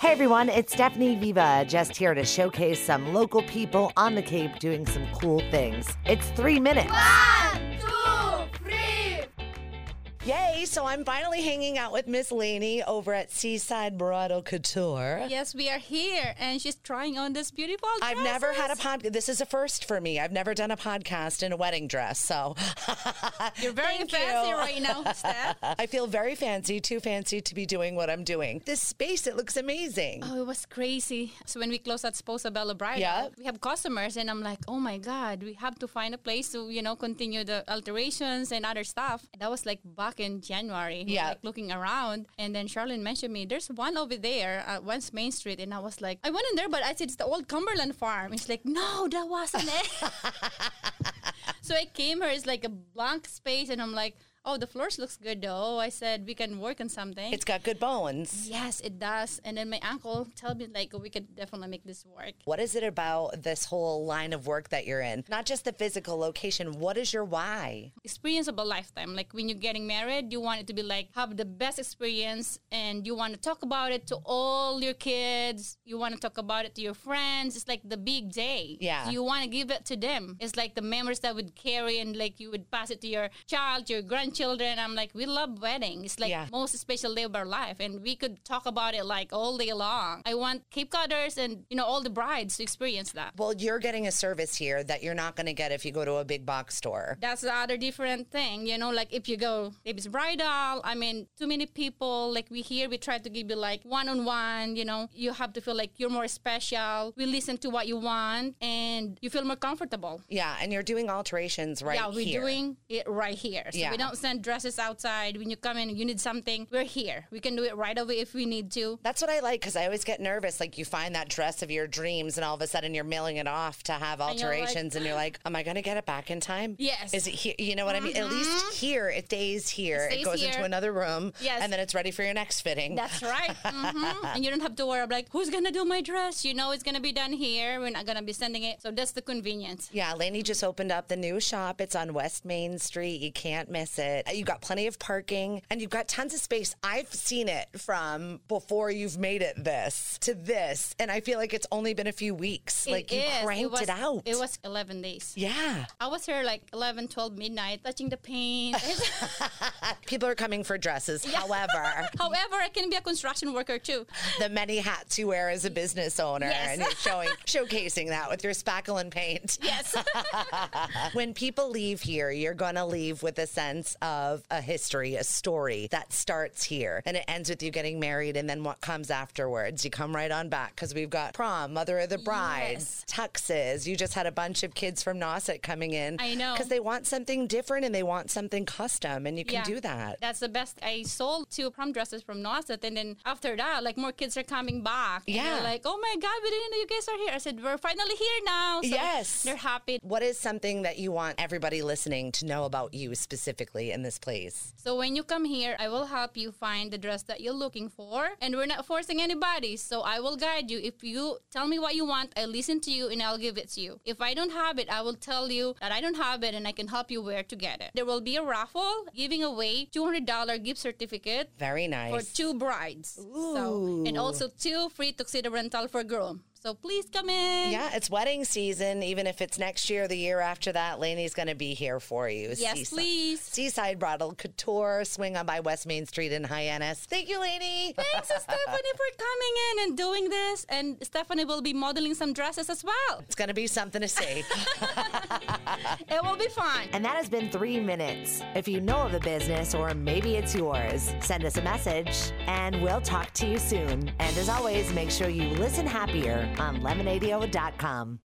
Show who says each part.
Speaker 1: Hey everyone, it's Stephanie Viva, just here to showcase some local people on the Cape doing some cool things. It's three minutes.
Speaker 2: One, two, three.
Speaker 1: Yay! So I'm finally hanging out with Miss Laney over at Seaside Barato Couture.
Speaker 3: Yes, we are here, and she's trying on this beautiful.
Speaker 1: I've never had a
Speaker 3: dresses.
Speaker 1: podcast. This is a first for me. I've never done a podcast in a wedding dress, so
Speaker 3: You're very
Speaker 1: Thank
Speaker 3: fancy
Speaker 1: you.
Speaker 3: right now, Steph.
Speaker 1: I feel very fancy, too fancy to be doing what I'm doing. This space, it looks amazing.
Speaker 3: Oh, it was crazy. So when we closed at Sposabella Bridal,
Speaker 1: Yeah.
Speaker 3: we have customers, and I'm like, oh my god, we have to find a place to you know continue the alterations and other stuff. That was like back in January. We were,
Speaker 1: Yeah.
Speaker 3: like looking around, and then Charlene mentioned me. There's one over there at West Main Street, and I was like, I went in there, but I said it's the old Cumberland Farm. And she's like, no, that wasn't it. so I came here. It's like a blank space, and I'm like. Oh, the floors looks good though. I said we can work on something.
Speaker 1: It's got good bones.
Speaker 3: Yes, it does. And then my uncle told me like we could definitely make this work.
Speaker 1: What is it about this whole line of work that you're in? Not just the physical location, what is your why?
Speaker 3: Experience of a lifetime. Like when you're getting married, you want it to be like have the best experience and you want to talk about it to all your kids. You want to talk about it to your friends. It's like the big day.
Speaker 1: Yeah.
Speaker 3: You want to give it to them. It's like the memories that would carry and like you would pass it to your child, your grandchildren. I'm like, we love wedding. It's like
Speaker 1: Yeah.
Speaker 3: most special day of our life and we could talk about it like all day long. I want Cape Codders and you know all the brides to experience that.
Speaker 1: Well, you're getting a service here that you're not going to get if you go to a big box store.
Speaker 3: that's the other different thing you know like if you go if it's bridal i mean too many people like we here we try to give you like one-on-one you know you have to feel like you're more special we listen to what you want and you feel more comfortable
Speaker 1: Yeah, and you're doing alterations right
Speaker 3: yeah, we're
Speaker 1: here.
Speaker 3: doing it right here. So
Speaker 1: Yeah.
Speaker 3: we don't send dresses outside. When you come in, you need something. We're here. We can do it right away if we need to.
Speaker 1: That's what I like because I always get nervous. Like you find that dress of your dreams, and all of a sudden you're mailing it off to have
Speaker 3: you're like,
Speaker 1: alterations, and you're like, "Am I going to get it back in time?
Speaker 3: Yes. Mm-hmm.
Speaker 1: Is it here? You know what I mean? At least here it stays here. It,
Speaker 3: stays
Speaker 1: goes
Speaker 3: here.
Speaker 1: into another room,
Speaker 3: Yes.
Speaker 1: and then it's ready for your next fitting.
Speaker 3: That's right. hmm and you don't have to worry about like who's gonna do my dress. You know it's gonna be done here. We're not gonna be sending it. So that's the convenience.
Speaker 1: yeah, Laney just opened up the new shop. It's on West Main Street. You can't miss it. You got plenty of parking and you've got tons of space. I've seen it from before you've made it this to this. And I feel like it's only been a few weeks. like you
Speaker 3: is.
Speaker 1: cranked it,
Speaker 3: was,
Speaker 1: out.
Speaker 3: It was 11 days.
Speaker 1: Yeah.
Speaker 3: I was here like 11, 12 midnight, touching the paint.
Speaker 1: People are coming for dresses. However,
Speaker 3: However, I can be a construction worker too.
Speaker 1: the many hats you wear as a business owner
Speaker 3: Yes.
Speaker 1: and you're showing showcasing that with your spackle and paint.
Speaker 3: Yes.
Speaker 1: When people leave here, you're going to leave with a sense of a history, a story that starts here and it ends with you getting married and then what comes afterwards. You come right on back cuz we've got prom, mother of the bride,
Speaker 3: Yes.
Speaker 1: tuxes. You just had a bunch of kids from Nauset coming in.
Speaker 3: I know.
Speaker 1: Cuz they want something different and they want something custom and you can
Speaker 3: Yeah.
Speaker 1: do that.
Speaker 3: That's the best. I sold two prom dresses from Nauset, and then after that, like more kids are coming back. And
Speaker 1: Yeah.
Speaker 3: they're like, oh my God, we didn't know you guys are here. I said, we're finally here now. So
Speaker 1: Yes.
Speaker 3: They're happy.
Speaker 1: What is something that you want everybody listening to know about you specifically in this place?
Speaker 3: So when you come here, I will help you find the dress that you're looking for. And we're not forcing anybody. So I will guide you. If you tell me what you want, I listen to you and I'll give it to you. If I don't have it, I will tell you that I don't have it and I can help you where to get it. There will be a raffle giving away $200 gift certificate
Speaker 1: Very
Speaker 3: for
Speaker 1: nice.
Speaker 3: two brides. So, and also two free tuxedo rental for groom. So please come in.
Speaker 1: yeah, it's wedding season. Even if it's next year or the year after that, Laney's going to be here for you.
Speaker 3: Yes,
Speaker 1: Seaside-
Speaker 3: please.
Speaker 1: Seaside Bridal Couture, swing on by West Main Street in Hyannis. Thank you, Laney.
Speaker 3: Thanks, Stephanie, for coming in and doing this. And Stephanie will be modeling some dresses as well.
Speaker 1: It's going to be something to see.
Speaker 3: It will be fun.
Speaker 4: And that has been three minutes. If you know of a business or maybe it's yours, send us a message and we'll talk to you soon. And as always, make sure you listen happier on lemonadio.com.